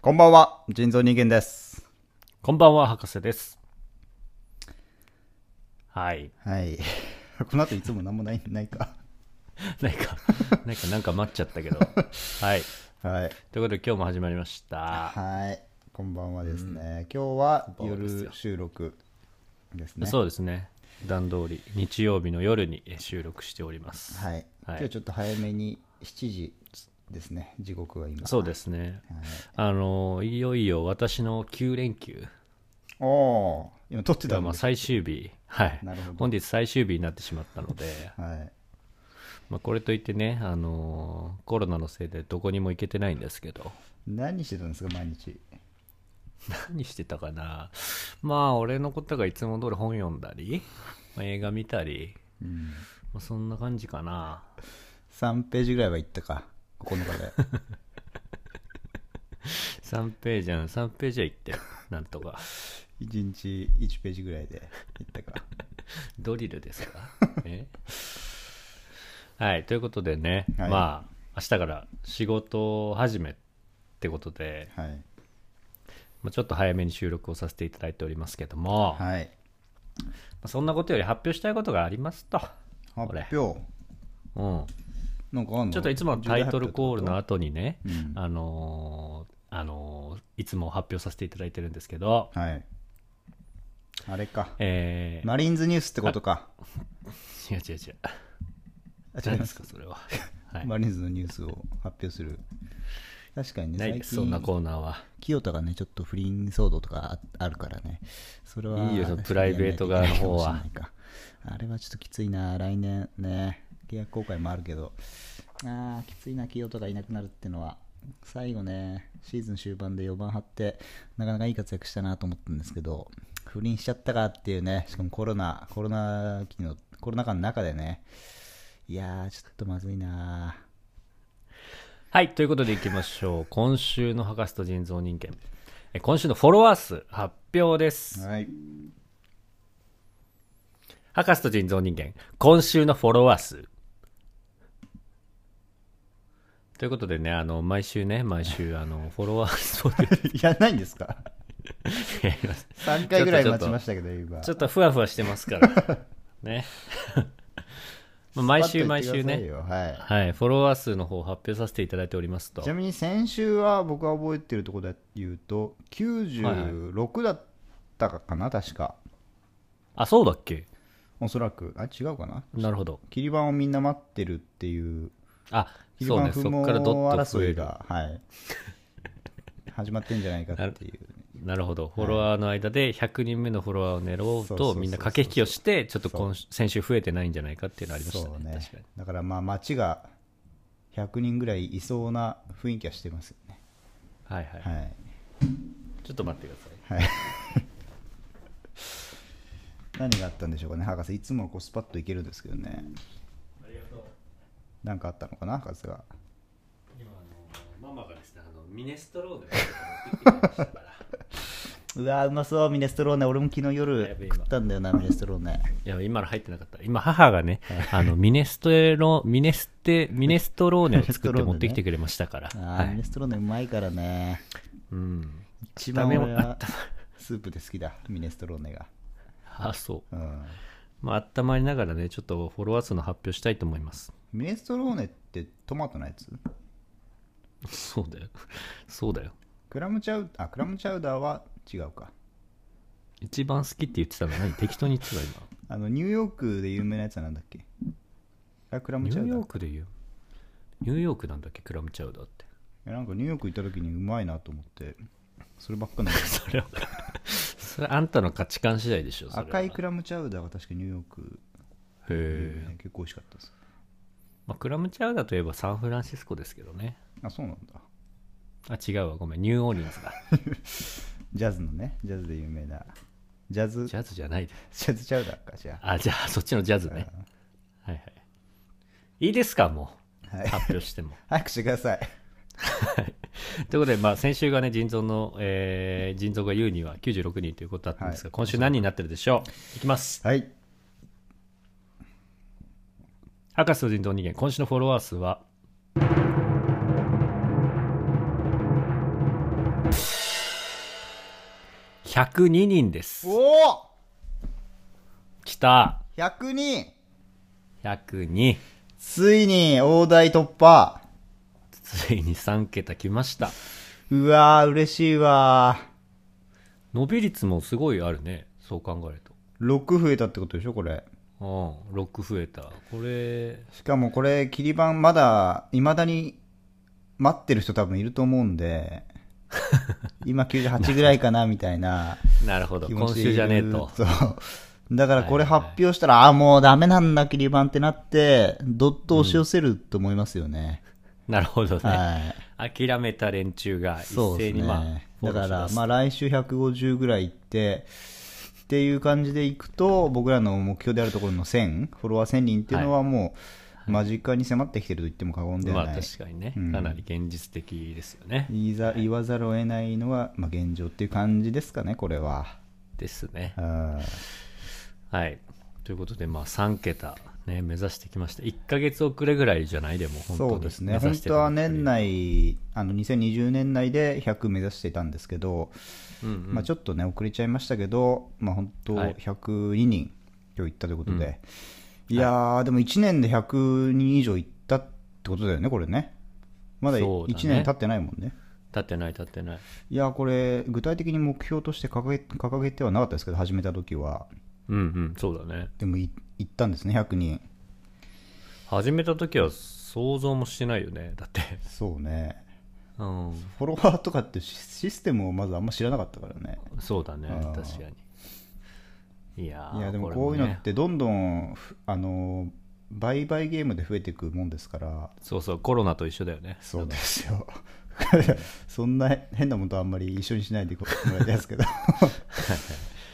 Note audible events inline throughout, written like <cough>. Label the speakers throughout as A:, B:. A: こんばんは、人造人間です。
B: こんばんは、博士です。はい。 <laughs>
A: はい。 <laughs> この後いつも何もない、ないか。
B: なんか、なんか、なんか待っちゃったけど。はい。
A: はい。
B: ということで、今日も始まりました。
A: はい。こんばんはですね。今日は
B: こんばんはですよ
A: 夜収録ですね。
B: そうですね。普段通り、日曜日の夜にえ収録しております。
A: はい。今日ちょっと早めに7時ですね。時刻は今。
B: そう
A: で
B: ですね。
A: す。はい、
B: あの、いよいよ私の9連休
A: おー今撮ってた
B: が、
A: ん
B: まあ、
A: です。
B: 最終日。はい
A: なるほど。
B: 本日最終日になってしまったので、
A: はい。
B: まあ、これといってね、あのコロナのせいでどこにも行けてないんですけど、
A: 何してたんですか、毎日。
B: <laughs> 何してたかなまあ俺のことがいつも通り本読んだり、まあ映画見たり、
A: うん。
B: まあ、そんな感じかな
A: 3ページぐらいは行ったか。ここ
B: <laughs>
A: の中で。
B: 3ページは3ページは行ってなんとか
A: 1日1ページぐらいで行ったか。
B: ドリルですかえ <laughs> はいということでね、
A: はい
B: まあ明日から仕事始めってことで、
A: はい。
B: まあ、ちょっと早めに収録をさせていただいておりますけども、ま
A: はい。
B: あそんなことより発表したいことがありますと、
A: 発表。
B: うん、
A: なんかあんの
B: ちょっといつもはタイトルコールの
A: 重
B: 後にね、
A: 大発表ってこ
B: あのーあのーいつも発表させていただいてるんですけど、
A: とうん、はい。あれか。
B: えー
A: マリーンズニュースってことか。
B: 違う違う違う。
A: あ違い
B: 何
A: ま
B: ですすか、それは。は
A: <laughs>
B: い、
A: マリーンズのニュースを発表する。確かにね、
B: ない
A: 最
B: です、そんな
A: 近、
B: コーナーは。
A: 清田がね、ちょっと不倫騒動とかああるからね。それは、
B: いいよそのプライベート側の方は
A: やんないといけないかもしれないかあれはちょっときついな、来年ね。契約更改もあるけど。あーきついな、清田がいなくなるってのは。最後ね、シーズン終盤で4番張って、なかなかいい活躍したなと思ったんですけど、不倫しちゃったかっていうね、しかもコロナ、コロナ期の、コロナ禍の中でね、いやー、ちょっとまずいな
B: はい、ということでいきましょう。今週の博士と人造人間。え今週のフォロワー数発表です。
A: はい。
B: 博士と人造人間、今週のフォロワー数。ということでね、あの、毎週ね、毎週、あの、フォロワー数を
A: <laughs> やらないんですか
B: やります。
A: 3回ぐらい待ちましたけど、今。
B: ちょっとふわふわしてます
A: <laughs>
B: から。ね。 <laughs> まあ毎週毎週
A: パッと言
B: ね。
A: ってくださいよは
B: はい、フォロワー数の方を発表させていただいておりますと
A: い、ち。なみに先週は僕が覚えてるところで言うと、96だったかな、確か。
B: あ、そうだっけ
A: おそらく。あ、違うかな。
B: なるほど。
A: 切り板をみんな待ってるっていう、
B: あ、
A: 切り
B: そう
A: 板
B: ね、
A: 不毛
B: そこからどっと増
A: 争
B: え
A: い
B: る。
A: が、はい。 <laughs> 始まってんじゃないかって
B: <laughs>
A: いう。
B: なるほど。フォロワーの間で100人目のフォロワーを狙
A: そううそうそう
B: と、
A: そう
B: みんな駆け引きをして、ちょっと今週先週増えてないんじゃないかっていうのありました
A: そう
B: ね。
A: ね
B: 確かに。。
A: だからまあ街が100人ぐらいいそうな雰囲気はしてますよね。
B: はいはい。
A: はい。
B: ちょっと待ってください。
A: はい。何があったんでしょうかね、博士。いつもこうスパッといけるんですけどね。ありがとう。なんかあったのかな、博士が。
B: 今、あの、ママがですね、あの、ミネストローネしたから。
A: うわー、うまそう、ミネストローネ。俺も昨日
B: や
A: 夜
B: べえ今
A: 食ったんだよな、ミネストロー
B: <laughs>
A: ネ。
B: いや、今の入ってなかった。今、母がね、あの、ミネストロ、ミネステ、ミネストローネを作って持ってきてくれましたから。
A: あー、
B: は
A: ミ
B: い
A: ネ。ストローネうまいからね。
B: うん。
A: 一番俺
B: あ
A: は
B: った
A: スープで好きだ、ミネストローネが。
B: あ、そう。
A: うん、
B: まあ、温まりながらね、ちょっとフォロワー数の発表したいと思います。 <laughs>
A: ミネストローネってトマトのやつ
B: そうだよ。そうだよ。
A: クラムチャウあクラムチャウダーは違うか。
B: 一番好きって言ってたの何適当に言ってた今。
A: あのニューヨークで有名なやつはなんだっけあクラム
B: ニ
A: チャウダ
B: ュ
A: ーか
B: ーヨークで言う。ニューヨークなんだっけクラムチャウダーって。
A: いやなんかニューヨーク行った時にうまいなと思ってそればっかなんだ
B: <laughs> それは、それあんたの価値観次第でしょ、それは
A: 赤いクラムチャウダーが確かニューヨーク
B: へ
A: でね、
B: え。
A: 結構美味しかったです
B: まあ、クラムチャウダーといえばサンフランシスコですけどね。
A: あそうなんだ
B: あ、違うわ。ごめん。ニューオーリンズだ。
A: ジャズのねジャズで有名なジャズジ
B: ジャズじゃないです。
A: ャズチャウダーかじゃ
B: あ、じゃあ、そっちのジャズね。はいはい。いいですか、も
A: あ、は
B: う。
A: い、 <laughs>
B: 発表しても。
A: 早くしてください
B: <laughs> ということで、まあ、先週がね、腎臓の、えー、腎臓が言うには96人ということだったんです
A: は
B: が、
A: い
B: 今週何人になってるでしょういきます。
A: はい
B: 博士と腎臓人間、今週のフォロワー数は、 102人です。
A: おお
B: 来た。
A: !102!
B: 102。
A: ついに大台突破
B: ついに3桁来ました。
A: うわー、嬉しいわ
B: 伸び率もすごいあるね。そう考えると。
A: ー。6増えたってことでしょ、これ。
B: うん、6増えた。これ、
A: しかもこれ、切り板まだ、未だに待ってる人多分いると思うんで、
B: <laughs>
A: 今98ぐらいかな、みたいな
B: なるほど。
A: 気持
B: 今
A: ちで
B: 週じゃねえと。
A: そう。だからこれ
B: はいはい
A: 発表したら、ああ、もうダメなんだ、切り板ってなって、どっと押し寄せると思いますよね。
B: なるほどね。
A: はい。
B: 諦めた連中が一
A: そうで
B: 斉
A: す
B: に
A: ね。
B: まあ、フォ
A: だ
B: ロ
A: か
B: ーしだ
A: ら、
B: す
A: まあ来週150ぐらいいって、っていう感じでいくと、僕らの目標であるところの1000、フォロワー1000人っていうのはもう、間近に迫ってきてると言っても過言で
B: ま
A: は
B: あ
A: ない。
B: 確かにね、
A: うん
B: かなり現実的ですよね。
A: 言いざ言わざるを得ないのは、まあ、現状っていう感じですかね、これは。
B: ですね
A: う。ん
B: はい。ということで、まあ3桁、ね、目指してきました。1ヶ月遅れぐらいじゃないでも、本当に
A: そうですね、
B: 目
A: 本
B: 指して
A: 当
B: た
A: は
B: の
A: 年内、あの2020年内で100目指していたんですけど、
B: うんうん
A: まあ、ちょっとね、遅れちゃいましたけど、まあ、本当、
B: はい
A: 102人、今日行ったということで、いやー、でも1年で100人以上行ったってことだよね、これね。まだ
B: そ
A: 1
B: うだね
A: 年経ってないもんね。
B: 立ってない立ってない。
A: いやー、これ、具体的に目標として掲げ掲げてはなかったですけど、始めた時は。
B: うんうん、そうだね。
A: でもい行ったんですね、100人。
B: 始めた時は想像もしてないよね。だって。
A: そうね。
B: うん。
A: フォロワーとかってシシステムをまずあんま知らなかったからね。
B: そうだね
A: あー、
B: 確かに。いやー
A: いやでも
B: れ
A: こういうの
B: ね
A: ってどんどん、ふあの売買ゲームで増えていくもんですから
B: そうそう、コロナと一緒だよね。
A: そうですよ <laughs> そんな変なものとあんまり一緒にしないでもらいたいですけ
B: <laughs>
A: ど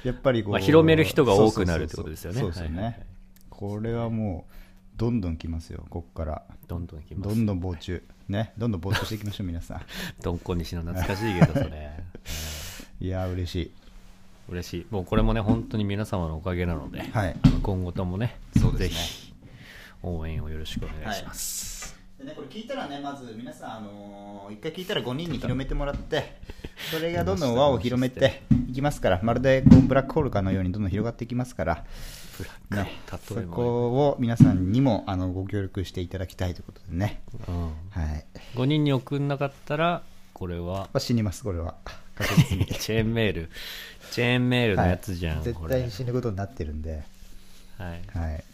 A: やっぱりこう、
B: まあ広める人が多くなるってことですよね
A: そうそうそうそうですよね、
B: はいはいはい
A: これはもうどんどん来ますよここから
B: どんどんいきます。
A: どんどん膨張ねどんどん膨張していきましょう皆さ
B: どんこ西の懐かしいけど、そ
A: <laughs>
B: れ。
A: んいやー嬉しい
B: 嬉しい。もうこれもね、本当に皆様のおかげなので、
A: はい
B: あの今後ともね、
A: そうで
B: ぜ
A: すね
B: ひ、応援をよろしくお願いします。
A: でね、これ聞いたらね、まず皆さん、あのー一回聞いたら5人に広めてもらって、
B: <laughs>
A: それがどんどん輪を広めていきますから、まるでこうブラックホールかのようにどんどん広がっていきますから、
B: ブラック
A: ね、そ
B: 例えばね
A: こを皆さんにもあのご協力していただきたいということでね、
B: うん、
A: はい
B: 5人に送んなかったら、これは、
A: ま
B: <laughs>
A: あ、死にます、これは。確
B: チェーンメール、チェーンメールのやつじゃん、
A: はい
B: こ
A: 絶
B: れ。
A: 対に死ぬことになってるんで、
B: はい。
A: はい、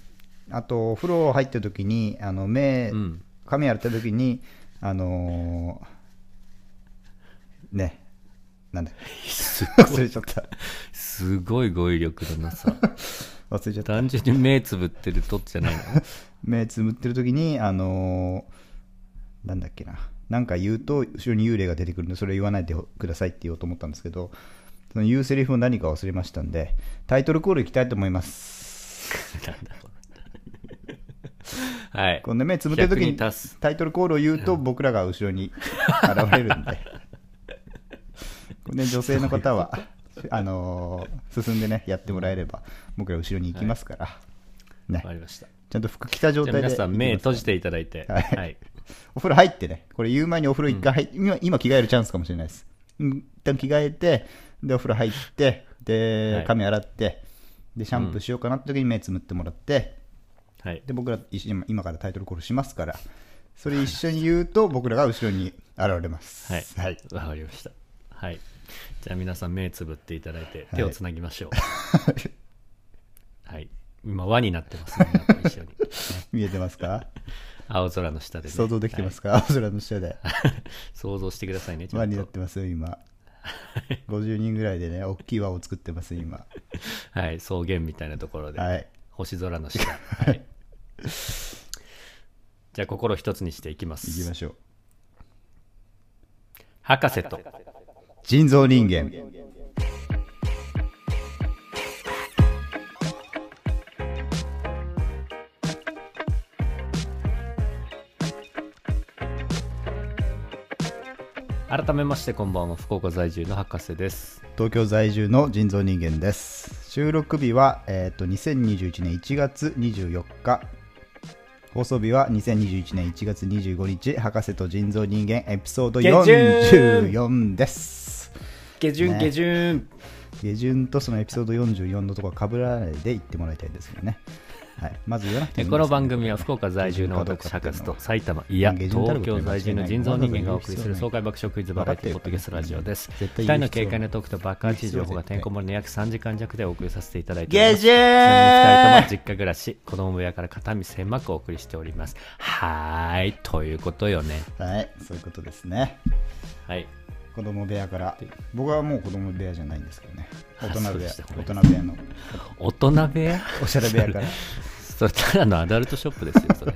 A: あと、お風呂入った時に、あの目、
B: うん
A: 髪洗った時に、あのーね、なんだ
B: す
A: 忘れちゃった。
B: すごい語彙力だなさ。 <laughs>
A: 忘れちゃった
B: 単純に目つぶってるとじゃないの <laughs>
A: 目つむってる時にあのーなんだっけななんか言うと後ろに幽霊が出てくるんでそれ言わないでくださいって言おうと思ったんですけどその言うセリフを何か忘れましたんでタイトルコールいきたいと思います
B: なんだこれはい。
A: こんな目つむってる時
B: 100
A: に
B: に達す
A: タイトルコールを言うと僕らが後ろに現れるんでこれね女性の方はあのー進んでねやってもらえれば僕ら後ろに行きますから、
B: わ
A: ね
B: かりました。
A: ちゃんと服着た状
B: じゃ
A: 態
B: あ
A: で
B: 皆さん目
A: 行きますから
B: 閉じていただいて。
A: は
B: はいい。
A: お風呂入ってね、これ言う前にお風呂一回入って、今今着替えるチャンスかもしれないです。うん一旦着替えて、で、お風呂入って、
B: は
A: で
B: い、
A: 髪洗って、で、シャンプーしようかなって時に目つむってもらって、
B: はい。
A: で、僕ら一緒に今からタイトルコールしますから、それ一緒に言うと、僕らが後ろに現れます。
B: はい。
A: は
B: はいい。。わかりました。はい。じゃあ皆さん目つぶっていただいて、手をつなぎましょう。はい。今、輪になってますね。皆と
A: <laughs>
B: 一緒に。
A: <laughs> 見えてますか
B: 青空の下でね。
A: 想像できてますか、青空の下で。
B: はい <laughs> 想像してくださいね。ちゃ
A: 輪
B: ん
A: になっ
B: と。
A: てますよ、今。50人ぐらいでね、大きい輪を作ってます、今。
B: はい。草原みたいなところで。
A: はい。
B: 星空の下。はい。じゃあ心一つにしていきま
A: 行き
B: す
A: ま。しょう。
B: 博士と
A: 人造人間。
B: 改めましてこんばんは福岡在住の博士です
A: 東京在住の人造人間です収録日は、えー、と2021年1月24日放送日は2021年1月25日博士と人造人間エピソード
B: 下旬
A: 44です
B: 下旬
A: ね
B: 下旬、
A: 下旬とそのエピソード44のところは被らないで言ってもらいたいですよね。はい、まず言わなくて
B: え
A: もいい
B: この
A: です
B: 番組は福岡在住の私博士と埼玉いや
A: 下旬たる
B: 東
A: こと
B: 京
A: に間違いない
B: 在住の人造人間がお送りする爽快爆笑クイズバラエティポッドキャストラジオです
A: 絶対言う必要
B: 2
A: ない
B: 人の警戒なトークと爆発情報がてんこ盛りの約3時間弱でお送りさせていただいております
A: 下旬
B: 2人とも実家暮らし子供部屋から肩身狭くお送りしておりますはーいということよね
A: はい、そういうことですね。
B: はい
A: 子供部屋から。僕はもう子供部屋じゃないんですけどね。大人
B: そう
A: 部
B: で
A: 屋、
B: したごめ
A: 大
B: んな
A: 人部屋の
B: 大人部屋
A: おしゃれ部屋から。
B: <laughs> それただのアダルトショップですよそれ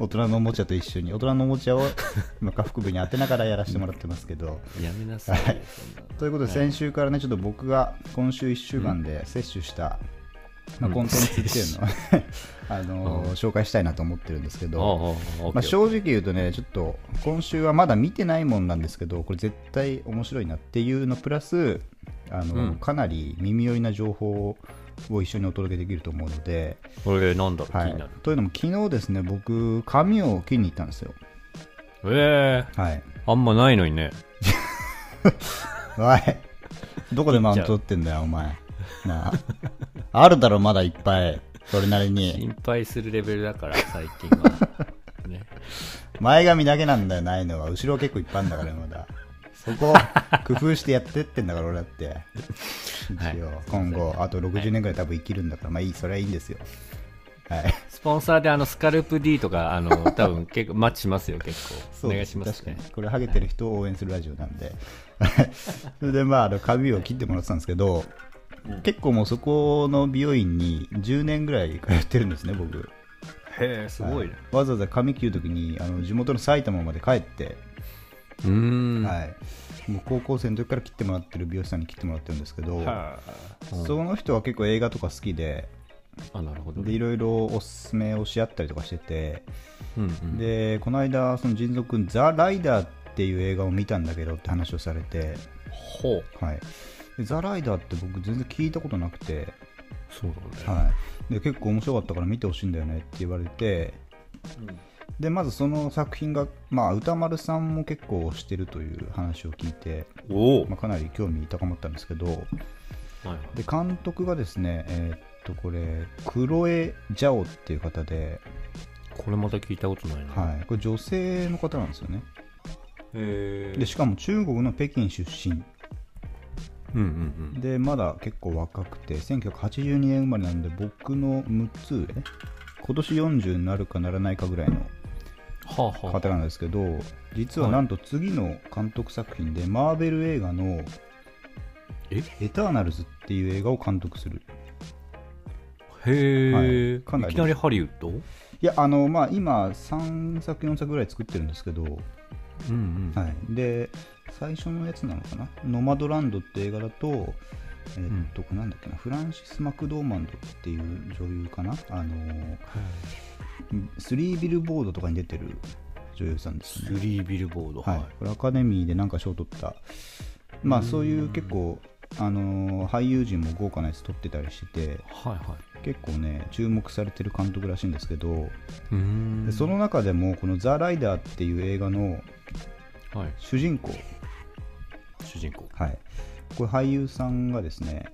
A: 大人のおもちゃと一緒に、大人のおもち
B: <laughs>
A: ゃを今、下腹部に当てながらやらせてもらってますけど。
B: やめなさいよそんな
A: ということで、先週からね、ちょっと僕が今週1週間で摂取した、まあ、
B: うん
A: コンテンツっていうのを、 <laughs> あのー紹介したいなと思ってるんですけど、
B: おうおうおう
A: まあ、正直言うとね、ちょっと今週はまだ見てないもんなんですけど、これ絶対面白いなっていうのプラス、あの
B: うん
A: かなり耳寄りな情報を一緒にお届けできると思うので、
B: これなんだろう気
A: はい
B: になる、
A: というのも昨日ですね、僕、髪を切りに行ったんですよ。
B: ええ
A: はい、
B: あんまないのにね
A: おいどこでマウント取ってんだよ、お前。なあ。あるだろ、まだいっぱい。それなりに。
B: 心配するレベルだから最近
A: <laughs>
B: はね
A: 前髪だけなんだよ、ないのは。後ろ結構いっぱいあんだから、まだ。そこ、工夫してやってってんだから、俺だって。
B: はい
A: 一応、今後、あと60年ぐらい多分生きるんだから、まあいい、それはいいんですよ。はい。
B: スポンサーであのスカルプ D とか
A: <laughs>
B: あの多分結構マッチしますよ結構お願いします
A: 確
B: ね
A: かにこれハゲてる人を応援するラジオなんで <laughs> それでまああの髪を切ってもらってたんですけど、結構もうそこの美容院に10年ぐらい通ってるんですね僕
B: へえすごいね、
A: はわざわざ髪切るときにあの地元の埼玉まで帰って、
B: うーん、
A: はい、もう高校生の時から切ってもらってる美容師さんに切ってもらってるんですけど、
B: はあ
A: その人は結構映画とか好きで
B: あなるほど
A: でいろいろおすすめをし合ったりとかしてて
B: うんうん
A: でこの間その仁蔵君「ザ・ライダー」っていう映画を見たんだけどって話をされて、
B: ほう
A: はい、でザ・ライダーって僕全然聞いたことなくて、
B: そうだね、
A: はい、で結構面白かったから見てほしいんだよねって言われてでまずその作品が、まあ、歌丸さんも結構推してるという話を聞いて、
B: おお、
A: まあ、かなり興味高まったんですけど
B: はいはい
A: で監督がですねえーっとこれクロエ・ジャオっていう方で、
B: これまた聞いたことないな、
A: はい、これ女性の方なんですよね
B: へえ
A: でしかも中国の北京出身
B: うんうんうん
A: でまだ結構若くて1982年生まれなんで僕の6つ上今年40になるかならないかぐらいの
B: はあは
A: 方なんですけど実は
B: はい
A: なんと次の監督作品で、マーベル映画の
B: え
A: 「エターナルズ」っていう映画を監督する
B: あへえ、
A: はい
B: い
A: かなり
B: きなりハリウッドうん
A: いやあのまあ今3作4作ぐらい作ってるんですけど、
B: うん
A: はい、で最初のやつなのかな「ノマドランド」って映画だとえっと、なんだっけなフランシス・マクドーマンドっていう女優かなあのースリービルボードとかに出てる女優さんです
B: ス
A: ね。
B: リービルボード
A: はい、これアカデミーでなんか賞を取った、まあ、そういう結構、あのー俳優陣も豪華なやつ取ってたりしてて
B: はいは
A: 結構ね注目されてる監督らしいんですけど、
B: いうーん
A: でその中でもこの「ザ・ライダー」っていう映画の
B: はい
A: 主人公、
B: 主人公
A: はい、これ俳優さんがですね,、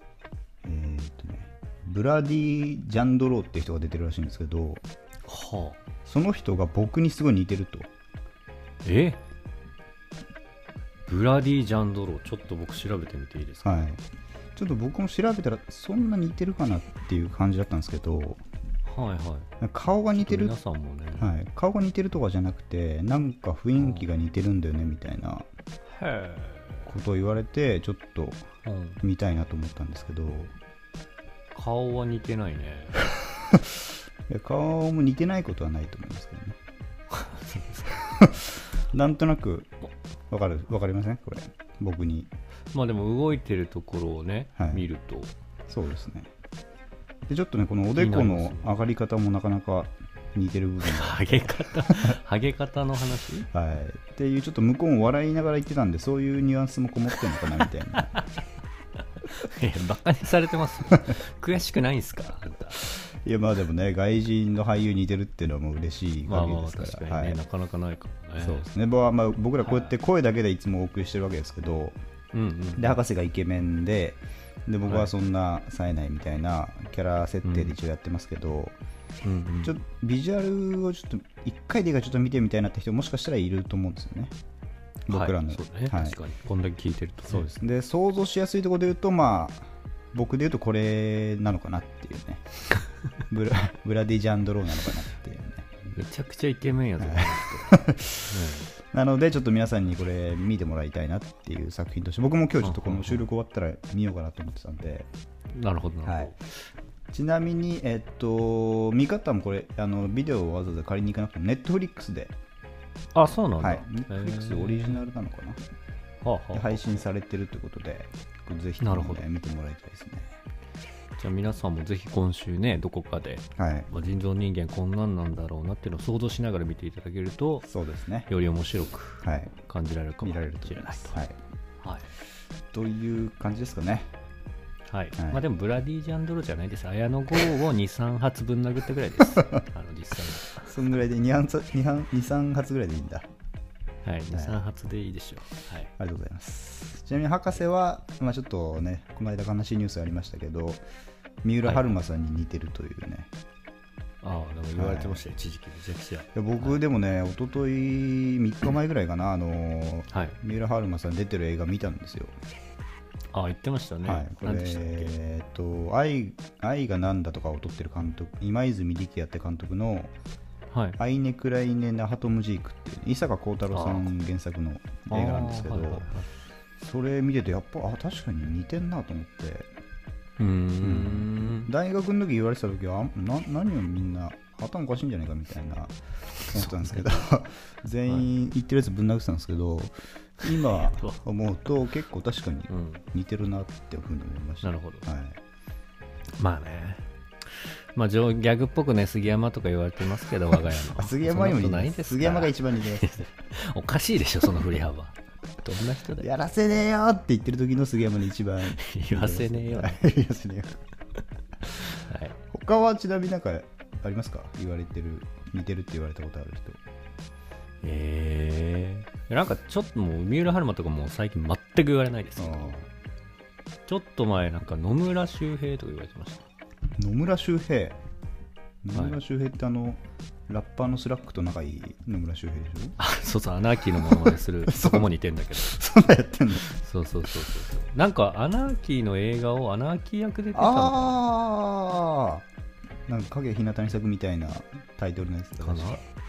A: えーっとねブラディ・ジャンドローっていう人が出てるらしいんですけど
B: はあ
A: その人が僕にすごい似てると。
B: えブラディ・ジャンドローちょっと僕調べてみていいですか、
A: はいちょっと僕も調べたらそんな似てるかなっていう感じだったんですけど
B: はい、はい
A: 顔が似てる、
B: 皆
A: は
B: さんもね、
A: い、顔が似てるとかじゃなくてなんか雰囲気が似てるんだよねみたいな
B: へ
A: ことを言われてちょっと
B: え、うん、
A: 見たいなと思ったんですけど
B: 顔は似てないね <laughs>
A: いや顔も似てないことはないと思いますけど
B: <laughs>
A: ねなんとなくわかるわかりませんこれ僕に
B: まあでも動いてるところをね、
A: はい
B: 見ると
A: そうですねでちょっとねこのおでこ
B: 気になりま
A: の
B: すね
A: 上がり方もなかなか似てる部分が
B: ハ
A: <laughs>
B: ゲ方ハゲ方の話 <laughs>
A: はい、っていうちょっと向こうも笑いながら言ってたんでそういうニュアンスもこもってるのかなみたい
B: <laughs>
A: な
B: いやバカにされて
A: <laughs>
B: ますよ悔しくないんすかあんた
A: いやまあでもね外人の俳優に似てるっていうのはもう嬉しい
B: まあ
A: 限
B: ま
A: りで
B: あ
A: すか、
B: 確からにね、
A: はい
B: なかなかないかもね
A: そうですね、まあまあ、僕らこうやって声だけでいつもお送りしてるわけですけど、
B: うんうん
A: で博士がイケメンでで僕
B: は
A: はいそんな冴えないみたいなキャラ設定で一応やってますけど、
B: うんうん
A: ちょっとビジュアルをちょっと1回でいいからちょっと見てみたいなって人もしかしたらいると思うんですよね僕らの、
B: はいそうだね
A: はい
B: 確かにこんだけ聞いてるとね、
A: そうですねで想像しやすいところで言うとまあ僕で言うとこれなのかなっていう
B: <laughs>
A: ねブラブラディジャンドローなのかなっていうね
B: めちゃくちゃイケメンやぞ、 <laughs>
A: なのでちょっと皆さんにこれ見てもらいたいなっていう作品として僕も今日ちょっとこの収録終わったら見ようかなと思ってたんで、
B: うんなるほどなるほど、
A: はい、ちなみに、えっと、見方もこれあのビデオをわざわざ借りに行かなくても Netflix で、
B: あそうなんだ、
A: はい、Netflix オリジナルなのかな、
B: ル、はあは
A: で
B: あ
A: 配信されてるということでこれぜひともね
B: なるほど
A: 見てもらいたいですね
B: じゃあ皆さんもぜひ今週ねどこかで、
A: はい
B: まあ、人造人間こんなんなんだろうなっていうのを想像しながら見ていただけると
A: そうですね
B: より面白く
A: はい
B: 感じられるかも
A: 見
B: し
A: ら
B: れ
A: れ
B: な
A: ると思いま
B: い
A: す、はい、
B: とはい
A: という感じですかね
B: はい
A: はい
B: まあ、でもブラディ・ジャンドロじゃないです綾野剛を23発ぶん殴ったぐらいで
A: <laughs>
B: すあの実際
A: そんぐらいで23発ぐらいでいいんだ
B: は、はい、23発でいいでしょう、はい、
A: ありがとうございます。ちなみに博士は、まあ、ちょっとね、この間悲しいニュースありましたけど、三浦春馬さんに似てるというね、い
B: ああでも言われてましたよ、一時期めちゃくちゃ
A: や僕でもね、一昨日3日前ぐらいかな、あの
B: はい
A: 三浦春馬さん出てる映画見たんですよ。
B: ああ言ってましたね、
A: はい、これ
B: 何でしたっけ
A: えーっと愛愛がなんだとかを撮ってる監督、今泉力也って監督の、
B: はい
A: アイネ・クライネ・ナハトムジークっていう、伊坂幸太郎さん原作の映画なんですけど、
B: あーはいはいはい
A: それ見てて、やっぱ、あ、確かに似てんなと思って。
B: うーん
A: 大学の時言われてた時はあな何をみんな頭おかしいんじゃないかみたいな思ってたんですけど <laughs> 全員言ってるやつぶん殴ってたんですけど今思うと結構確かに
B: うん
A: 似てるなっていうふうに思いました、
B: なるほど
A: はい、
B: まあね。まあ、ジョギャグっぽくね、杉山とか言われてますけど、我が家 <laughs> の。
A: あ杉山にも
B: そ
A: 似て
B: んなことない
A: ま
B: ですす
A: 杉山が
B: 一
A: 一番似て
B: <laughs>
A: ます
B: おかしいでしょ、その振り幅。 <laughs> どんな人だよ。
A: やらせねえよって言ってる時の杉山に一番
B: 言わせねえよ
A: は
B: ね
A: い言わせねえよ
B: はい、
A: 他はちなみになんかありますか言われてる似てるって言われたことある人
B: えー、なんかちょっともう、三浦春馬とかもう最近全く言われないですけど、
A: あ
B: ちょっと前、なんか野村周平とか言われてました。
A: 野村周平野村周平ってあの、ラッパーのスラックと仲いい野村周平でし
B: あ、そうそう、アナーキーのものまで
A: <laughs>
B: する、そこも似てんだけど。
A: ょそんなやってんの
B: そうそうそうそう。なんか、アナーキーの映画をアナーキー役で出てたのかな
A: ああなんか影日向に咲くみたいなタイトルのやつだ
B: かな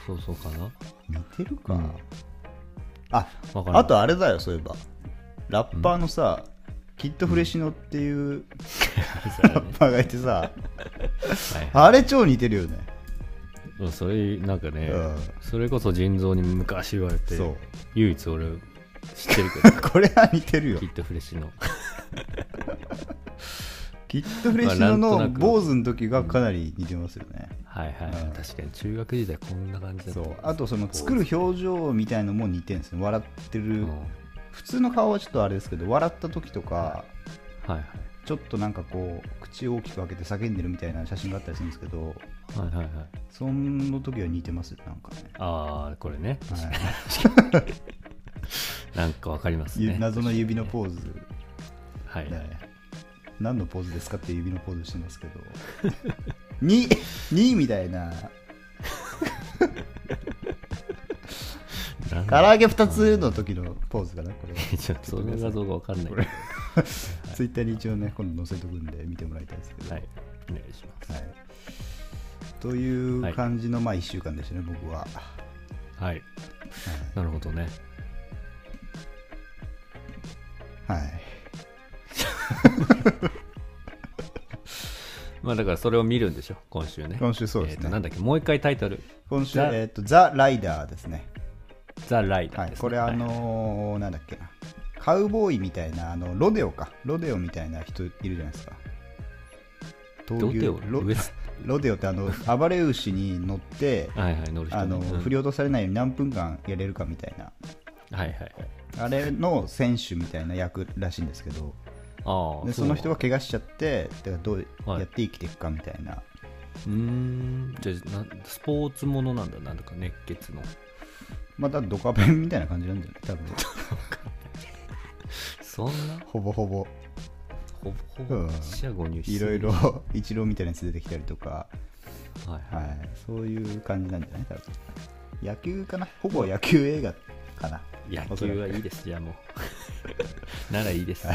B: そうそうかな
A: 似てるか、
B: うん
A: あ
B: わからん
A: あとあれだよそういえばラッパーのさ、キッドフレシノっていう
B: それは
A: ラ
B: ね
A: ッパーがいてさ、
B: はい
A: あれ超似てるよね、
B: うんそれなんかね、
A: うん
B: それこそ腎臓に昔言われて
A: そう <laughs>
B: 唯一俺知ってるけど
A: これは似てるよ <laughs>
B: きっとフレッシュの
A: キッドフレシノ
B: まあな
A: の
B: んとなく
A: 坊主の時がかなり似てますよね、
B: はいはい、
A: うん
B: 確かに中学時代こんな感じだった
A: そうあとその作る表情みたいのも似てるんですね笑って
B: う
A: る
B: んはい
A: 普通の顔はちょっとあれですけど笑った時とか
B: はい
A: ちょっとなんかこう口を大きく開けて叫んでるみたいな写真があったりするんですけど
B: はいはいはい
A: その時は似てますよなんかね、
B: ああこれね
A: は
B: なんかわかります
A: い
B: ね
A: 謎の指のポーズ、
B: はい、はい
A: ね、何のポーズですかっていう指のポーズしてますけど2 2みたいな
B: なん
A: 唐
B: だ
A: 揚げ2つの時のポーズかなこれは
B: <laughs> ちょっとその画像がわかんないけど
A: ツイッターに一応ね今度載せとくんで見てもらいたいですけど、
B: はいお願いします
A: はい、という感じの、まあ1週間でしたね、僕は。
B: はいなるほどね
A: はい、
B: まあだからそれを見るんでしょ今週ね
A: 今週そうですね
B: えーとなんだっけもう一回タイトル
A: 今週、
B: ザ
A: えっとザ・ライダーですね。
B: 「ザ・ライダ
A: は
B: ー
A: い、
B: ですね、
A: これ、あのーなんだっけな、カウボーイみたいな、あのロデオか、ロデオみたいな人いるじゃないですか。闘
B: ロ
A: 牛
B: デオ
A: ロ
B: ウエス
A: <laughs> ロデオってあの暴れ牛に乗
B: <laughs>
A: って、
B: はいはい乗る人、ね、
A: あの
B: うん
A: 振り落とされないように何分間やれるかみたいな、
B: はいはいはい
A: あれの選手みたいな役らしいんですけど。
B: ああ
A: でその人
B: は
A: が怪我しちゃってだからどう
B: はい
A: やって生きていくかみたいな、
B: うーんじゃあなスポーツものなんだなんだか熱血の <laughs>
A: またドカベンみたいな感じなんだよね多分
B: スそんな
A: ほぼほぼ
B: ほぼほぼ
A: うん
B: 四捨五入し
A: い
B: すぎ
A: ろい
B: る
A: ろ一郎みたいなやつ出てきたりとか、
B: はいはい
A: はい、そういう感じなんじゃない多分野球かなほぼ野球映画かな
B: 野球はいいですじゃあもう <laughs> ならいいです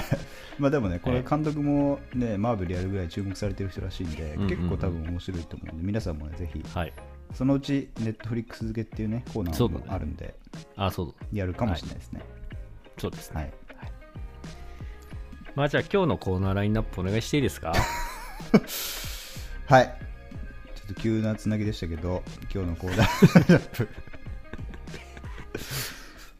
A: まあでもねこ
B: は
A: れ
B: い
A: 監督もね、マーベルやるぐらい注目されてる人らしいんで、
B: うんうんうん
A: 結構多分面白いと思うんで皆さんもねぜひ
B: はい
A: そのうちネットフリックス付けっていうねコーナ
B: そ
A: ー
B: うだ
A: も
B: ね
A: あるんで、
B: あそう
A: やるかもしれないですね
B: そうですね、
A: はい、
B: まあじゃあ今日のコーナーラインナップお願いしていいですか
A: はい、ちょっと急なつなぎでしたけど今日のコーナーラップ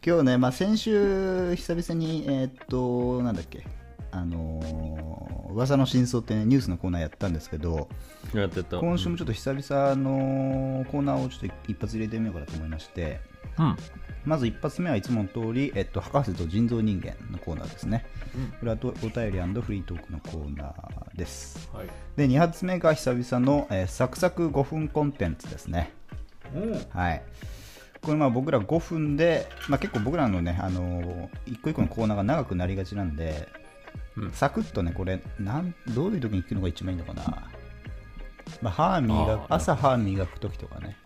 A: 今日ね、まあ、先週久々にえーっとなんだっけあのー噂の真相ってねニュースのコーナーやったんですけど、
B: <laughs> やってた
A: 今週もちょっと久々のコーナーをちょっと一発入れてみようかなと思いまして
B: うん
A: まず一発目はいつもの通り、えっと、博士と人造人間のコーナーですね
B: うん
A: これはとお便りフリートークのコーナーです
B: はい
A: で2発目が久々の、えーサクサク5分コンテンツですねはいこれまあ僕ら5分で、まあ、結構僕らのね、あのー一個一個のコーナーが長くなりがちなんで、
B: うん
A: サクッとねこれなんどういう時に聞くのが一番いいのかな、まあ、歯
B: あーなる
A: 磨
B: ほ
A: く
B: ど
A: 朝歯磨く時とかね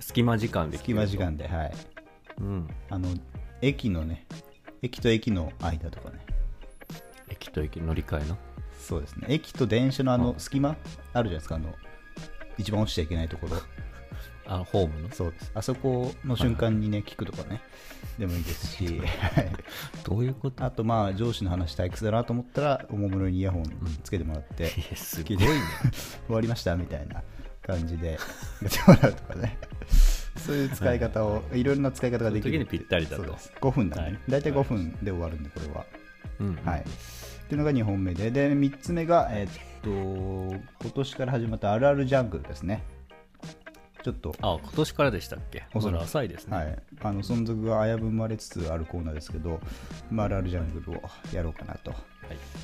B: 隙間時間で聞け
A: 隙
B: る
A: 間時間ではい
B: うん
A: あの駅のね駅と駅の間とかね
B: 駅と駅乗り換えの
A: そうですね駅と電車のあ
B: う
A: の
B: ん
A: 隙間あるじゃないですかあの一番落ちちゃいけないところ
B: あのホームの
A: そうですあそこの瞬間にね聞くとかねでもいいですし、はい
B: どういうこと
A: あとまあ上司の話退屈だなと思ったらおもむろにイヤホンつけてもらって、
B: いやすごいね
A: 終わりましたみたいな感じで <laughs> やってもらうとかねそういう使い方をいろいろな使い方ができる
B: その時にぴったりだと
A: そうです5分なんで、ね
B: はい
A: 大体5分で終わるんでこれは、
B: うん
A: はいっていうのが2本目でで3つ目がえっと今年から始まった「あるあるジャングル」ですねちょっと
B: あ今年からでしたっけ
A: おそ
B: ま
A: らく
B: だ浅いですね、
A: はい、あの存続が危ぶまれつつあるコーナーですけど、まあ、あるあるジャングルをやろうかなと
B: はい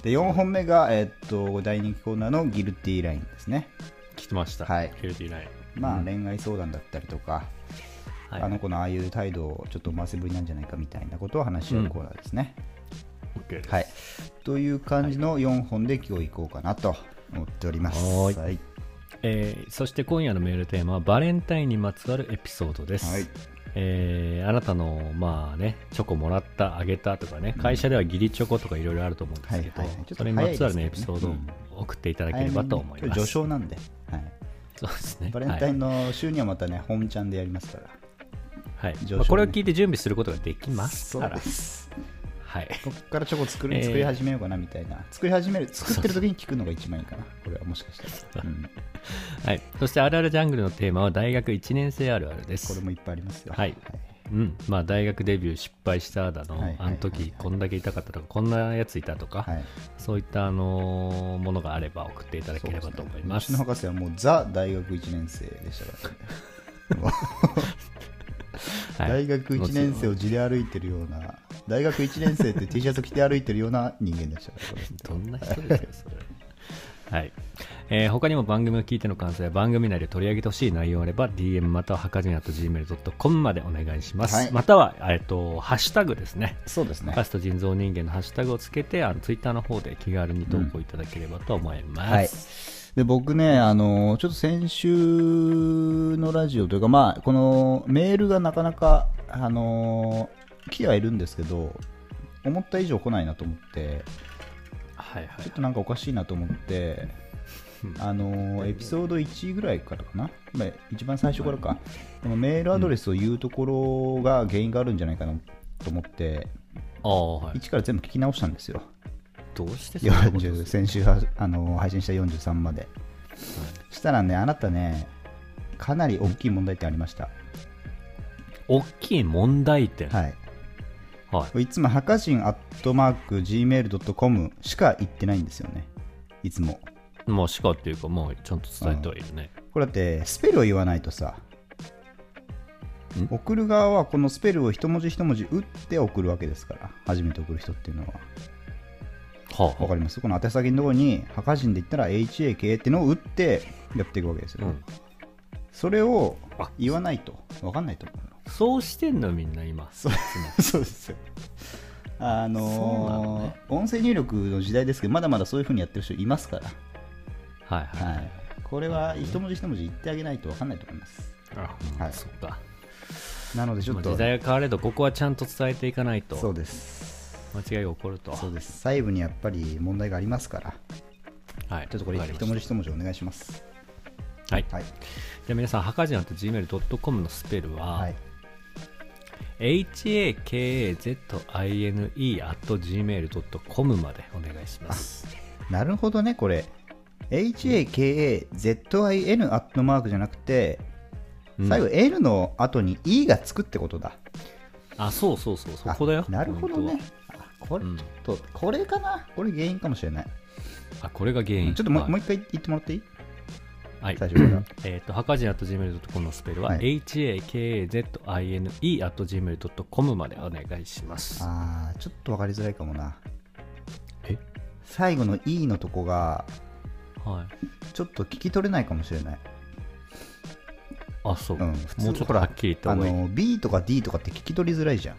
A: で4本目が、えっと大人気コーナーの「ギルティーライン」ですね
B: 聞きました
A: はい
B: ヘルティーライン
A: まあ、
B: うん
A: 恋愛相談だったりとか、
B: はい
A: あの子のああいう態度をちょっと思わせぶりなんじゃないかみたいなことを話し合うコーナーですね、
B: OK です
A: はいという感じの4本で今日行こうかなと思っております
B: はーい
A: はい
B: えーそして今夜のメールテーマはバレンタインにまつわるエピソードです、
A: はい
B: えーあなたのまあねチョコもらったあげたとかね会社では義理チョコとかいろいろあると思うんですけど、
A: はいはいはいちょっと
B: それにまつわる、ね
A: 早い
B: エ
A: で
B: ピ
A: すけ
B: ソ
A: どね
B: ードを送っていただければと思い
A: 今
B: ま
A: 日序
B: す、
A: 章なんで、はい、
B: そうですね
A: バレンタイ
B: はい
A: ンの週にはまたね本ちゃんでやりますから
B: はい
A: 序章ね
B: まあ、これを聞いて準備することができます
A: そ
B: か
A: う
B: ら
A: です
B: はい
A: ここからチョコ作る
B: えー
A: 作り始めようかなみたいな、作り始める作ってる時に聞くのが一番いいかなこれはもしか
B: <laughs>
A: したら、うん、
B: はい、そして「あるあるジャングル」のテーマは大学1年生あるあるです
A: これもいっぱいありますよ
B: はいうんまあ、大学デビュー失敗しただの、
A: はいはいはいはい
B: あの時こんだけいたかったとかこんなやついたとか、
A: はい
B: そういった、あのーものがあれば送っていただければと思いま
A: そ
B: す。
A: うでねうちの博士はもうザ大学1年生でした
B: <laughs>
A: から、ね、もう
B: はい
A: 大学1年生を地で歩いてるような大学1年生って T シャツ着て歩いてるような人間でしたか
B: <laughs>
A: らこ
B: どんな人ですよ、それ。はい。えー他にも番組を聞いての感想や番組内で取り上げてほしい内容があれば、DM またははかじん .gmail.com までお願いします。
A: はい
B: または、えっと、ハッシュタグですね。
A: れそうですね
B: ファスト人造人間のハッシュタグをつけて、あのツイッターの方で気軽に投稿いただければと思い
A: は
B: ま
A: い
B: す。
A: で僕ね、あのちょっと先週のラジオというか、まあ、このメールがなかなか、あの来てはいるんですけど、思った以上来ないなと思って、
B: はい、はい、
A: ちょっとなんかおかしいなと思って、あのエピソード1ぐらいからかな、まあ、一番最初からか、このメールアドレスを言うところが原因があるんじゃないかなと思って、
B: ああ、はい。
A: 一から全部聞き直したんですよ、
B: どうしてそんなことする
A: 40先週はあの配信した43まで。したらね、あなたね、かなり大きい問題点ありました。
B: 大きい問題点。はい。
A: はい。いつも、はかじんアットマーク Gmail.com しか言ってないんですよね。いつも。
B: もう、しかっていうか、もうちゃんと伝えてはいるね。
A: これだって、スペルを言わないとさ
B: ん、
A: 送る側はこのスペルを一文字一文字打って送るわけですから、初めて送る人っていうのは。
B: はあ、
A: わかりますこの宛先のところに、はかじんで言ったら HAK ってのを打ってやっていくわけですよ。
B: うん
A: それを
B: あ
A: 言わないと、わかんないと思うの。 <laughs>
B: そうしてんのみんな今。
A: そうそうですよ。あ
B: そうなの
A: のー
B: ね
A: 音声入力の時代ですけどまだまだそういうふうにやってる人いますから、
B: はいはい、
A: はい、これは一文字一文字言ってあげないと分かんないと思います
B: あ
A: はい
B: そっか
A: なのでちょ
B: ま
A: っ
B: あ
A: と
B: 時代が変われどここはちゃんと伝えていかないと
A: そうです
B: 間違いが起こると
A: そうです細部にやっぱり問題がありますから
B: はい
A: ちょっとこれ
B: わかり
A: 一
B: ま
A: 文
B: し
A: 字一文字お願いします
B: たはい
A: はい
B: じゃあ皆さん、はかじなと gmail.com のスペルは、
A: はい
B: hakazine.gmail.com までお願いします。
A: なるほどねこれ HAKAZIN アットマークじゃなくて
B: うん
A: 最後 L の後に E がつくってことだ、
B: あ、そうそうそう、そこだよ。
A: あなるほど
B: ポイン
A: ね
B: ト
A: あこれ
B: うん
A: ちょっとこれかなこれ原因かもしれない
B: は。あ、これが原因。
A: ちょっとも
B: は
A: う
B: い
A: もう一回言ってもらっていい
B: はい。
A: 最初から
B: <coughs> えっと、はかじなと gmail.com のスペルは、
A: はい
B: hakazine.gmail.com までお願いします。
A: あーちょっと分かりづらいかもな
B: え
A: 最後の E のとこが
B: はい。
A: ちょっと聞き取れないかもしれない、
B: あ、そう。
A: うん、
B: も
A: 普
B: うち
A: 通
B: ょっ
A: ほ
B: と
A: ら
B: はっきり言った
A: あ
B: 方がいい。
A: の B とか D とかって聞き取りづらいじゃん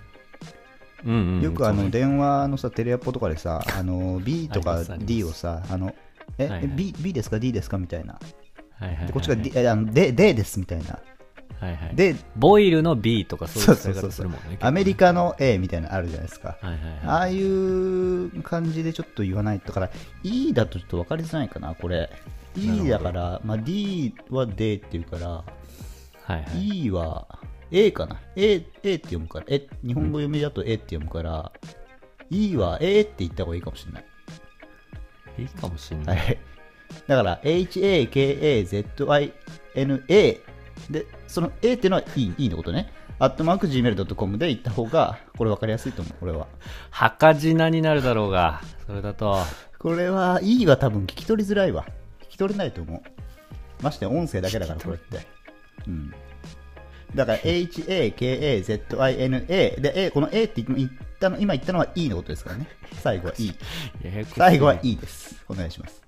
B: うんうん
A: よくあ
B: そう
A: の
B: ね
A: 電話のさテレアポとかでさあの B と
B: あり
A: か
B: ますあります
A: D をさあのえ、
B: はいはい
A: え B, B ですか D ですかみたいな
B: はいはいはいは
A: で
B: い
A: こっちが D えあの D, D ですみたいな
B: はいはい。
A: で
B: ボイルの B とかそ
A: そうう
B: いう使
A: そうそう
B: い方す
A: そ
B: る
A: う
B: もんね。結構ね
A: アメリカの A みたいなのあるじゃないですか
B: はいはい
A: あ
B: はい。
A: あいう感じでちょっと言わないとだから E だとちょっと分かりづらいかなこれ
B: なるほ
A: E
B: ど
A: だから、まあ、D は D っていうから、
B: はいはい。
A: E は A かな A, A って読むからえ日本語読みだと A って読むから、E は A って言った方がいいかもしれない
B: いいかもしれな。
A: はいい。だから、HAKAZINA で、その A っていうのは E, e のことね。アットマーク Gmail.com で行った方が、これ分かりやすいと思う、これは。
B: はかじなになるだろうが、それだと。
A: これは、E は多分聞き取りづらいわ。聞き取れないと思う。まして音声だけだから、これって。うん。だから、HAKAZINA で、A、この A って言ったの、今言ったのは E のことですからね。最後は
B: <laughs>
A: E。
B: ややこしい
A: 最後は E です。お願いします。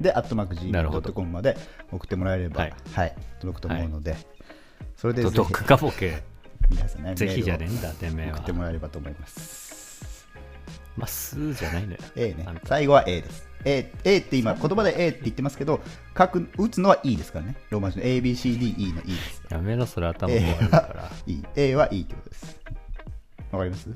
A: で、アットマーク
B: なるほど
A: Gmail.com まで送ってもらえれば、
B: は
A: はいい、届くと思うので、それでぜ
B: ド
A: ひ
B: ドックかボケ。
A: 皆さんね、
B: ぜひじゃねえん
A: メー
B: だ、てめ
A: ル
B: え
A: を送
B: は
A: って。もらえればと思います。
B: まあ、すーじゃないのよ。
A: A ね
B: あの、
A: 最後は A です。A, A って今、言葉で A って言ってますけど、書く打つのは E ですからね。ローマ字の ABCDE の E です。
B: やめろ、それ頭壊
A: A
B: れるか
A: は E。A は E ってことです。わかります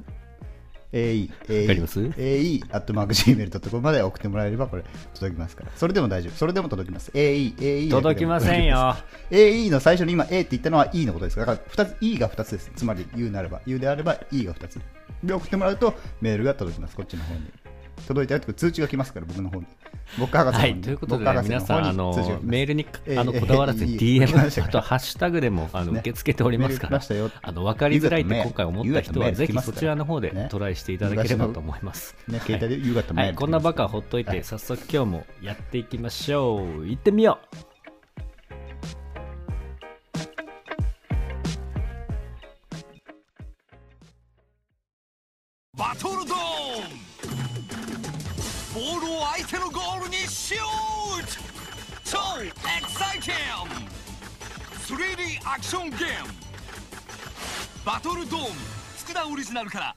A: ?AE、
B: わかります
A: AE、アットマーク Gmail.com まで送ってもらえればこれ届きますから。それでも大丈夫。それでも届きます。AE、AE。
B: ら。届きません。よ。
A: AE の最初に今 A って言ったのは E のことですから、だから2つ E が2つです。つまり U ならば、U であれば E が2つ。で、送ってもらうとメールが届きます。こっちの方に。届いたよって通知が来ますから、僕の方に。僕博士の方
B: は
A: に。
B: い、ということで、
A: 僕
B: ね、
A: 博士
B: 皆
A: の
B: さ
A: 方
B: ん、あ
A: に通知が来
B: の
A: ます
B: メールに
A: えー
B: あのこだわらず
A: えー
B: DM、
A: 来ましたか
B: あとハッシュタグでもあの、
A: ね
B: 受け付けておりますか
A: メール来
B: ら、
A: ましたよ
B: あの分かりづらいって今回思った人
A: 夕方メ
B: は、
A: ール夕方メール
B: ぜ
A: 来
B: ひ
A: ます
B: そ
A: から
B: ちらの方で
A: ね
B: トライしていただければと思います。
A: ね、携帯で夕方メ
B: は
A: ール来ます
B: い、こんなバカほっといて、
A: はい
B: 早速今日もやっていきましょう。行ってみよう
C: バトルドーンボールを相手のゴールにシュート超エキサイティング 3D アクションゲームバトルドーム福田オリジナルから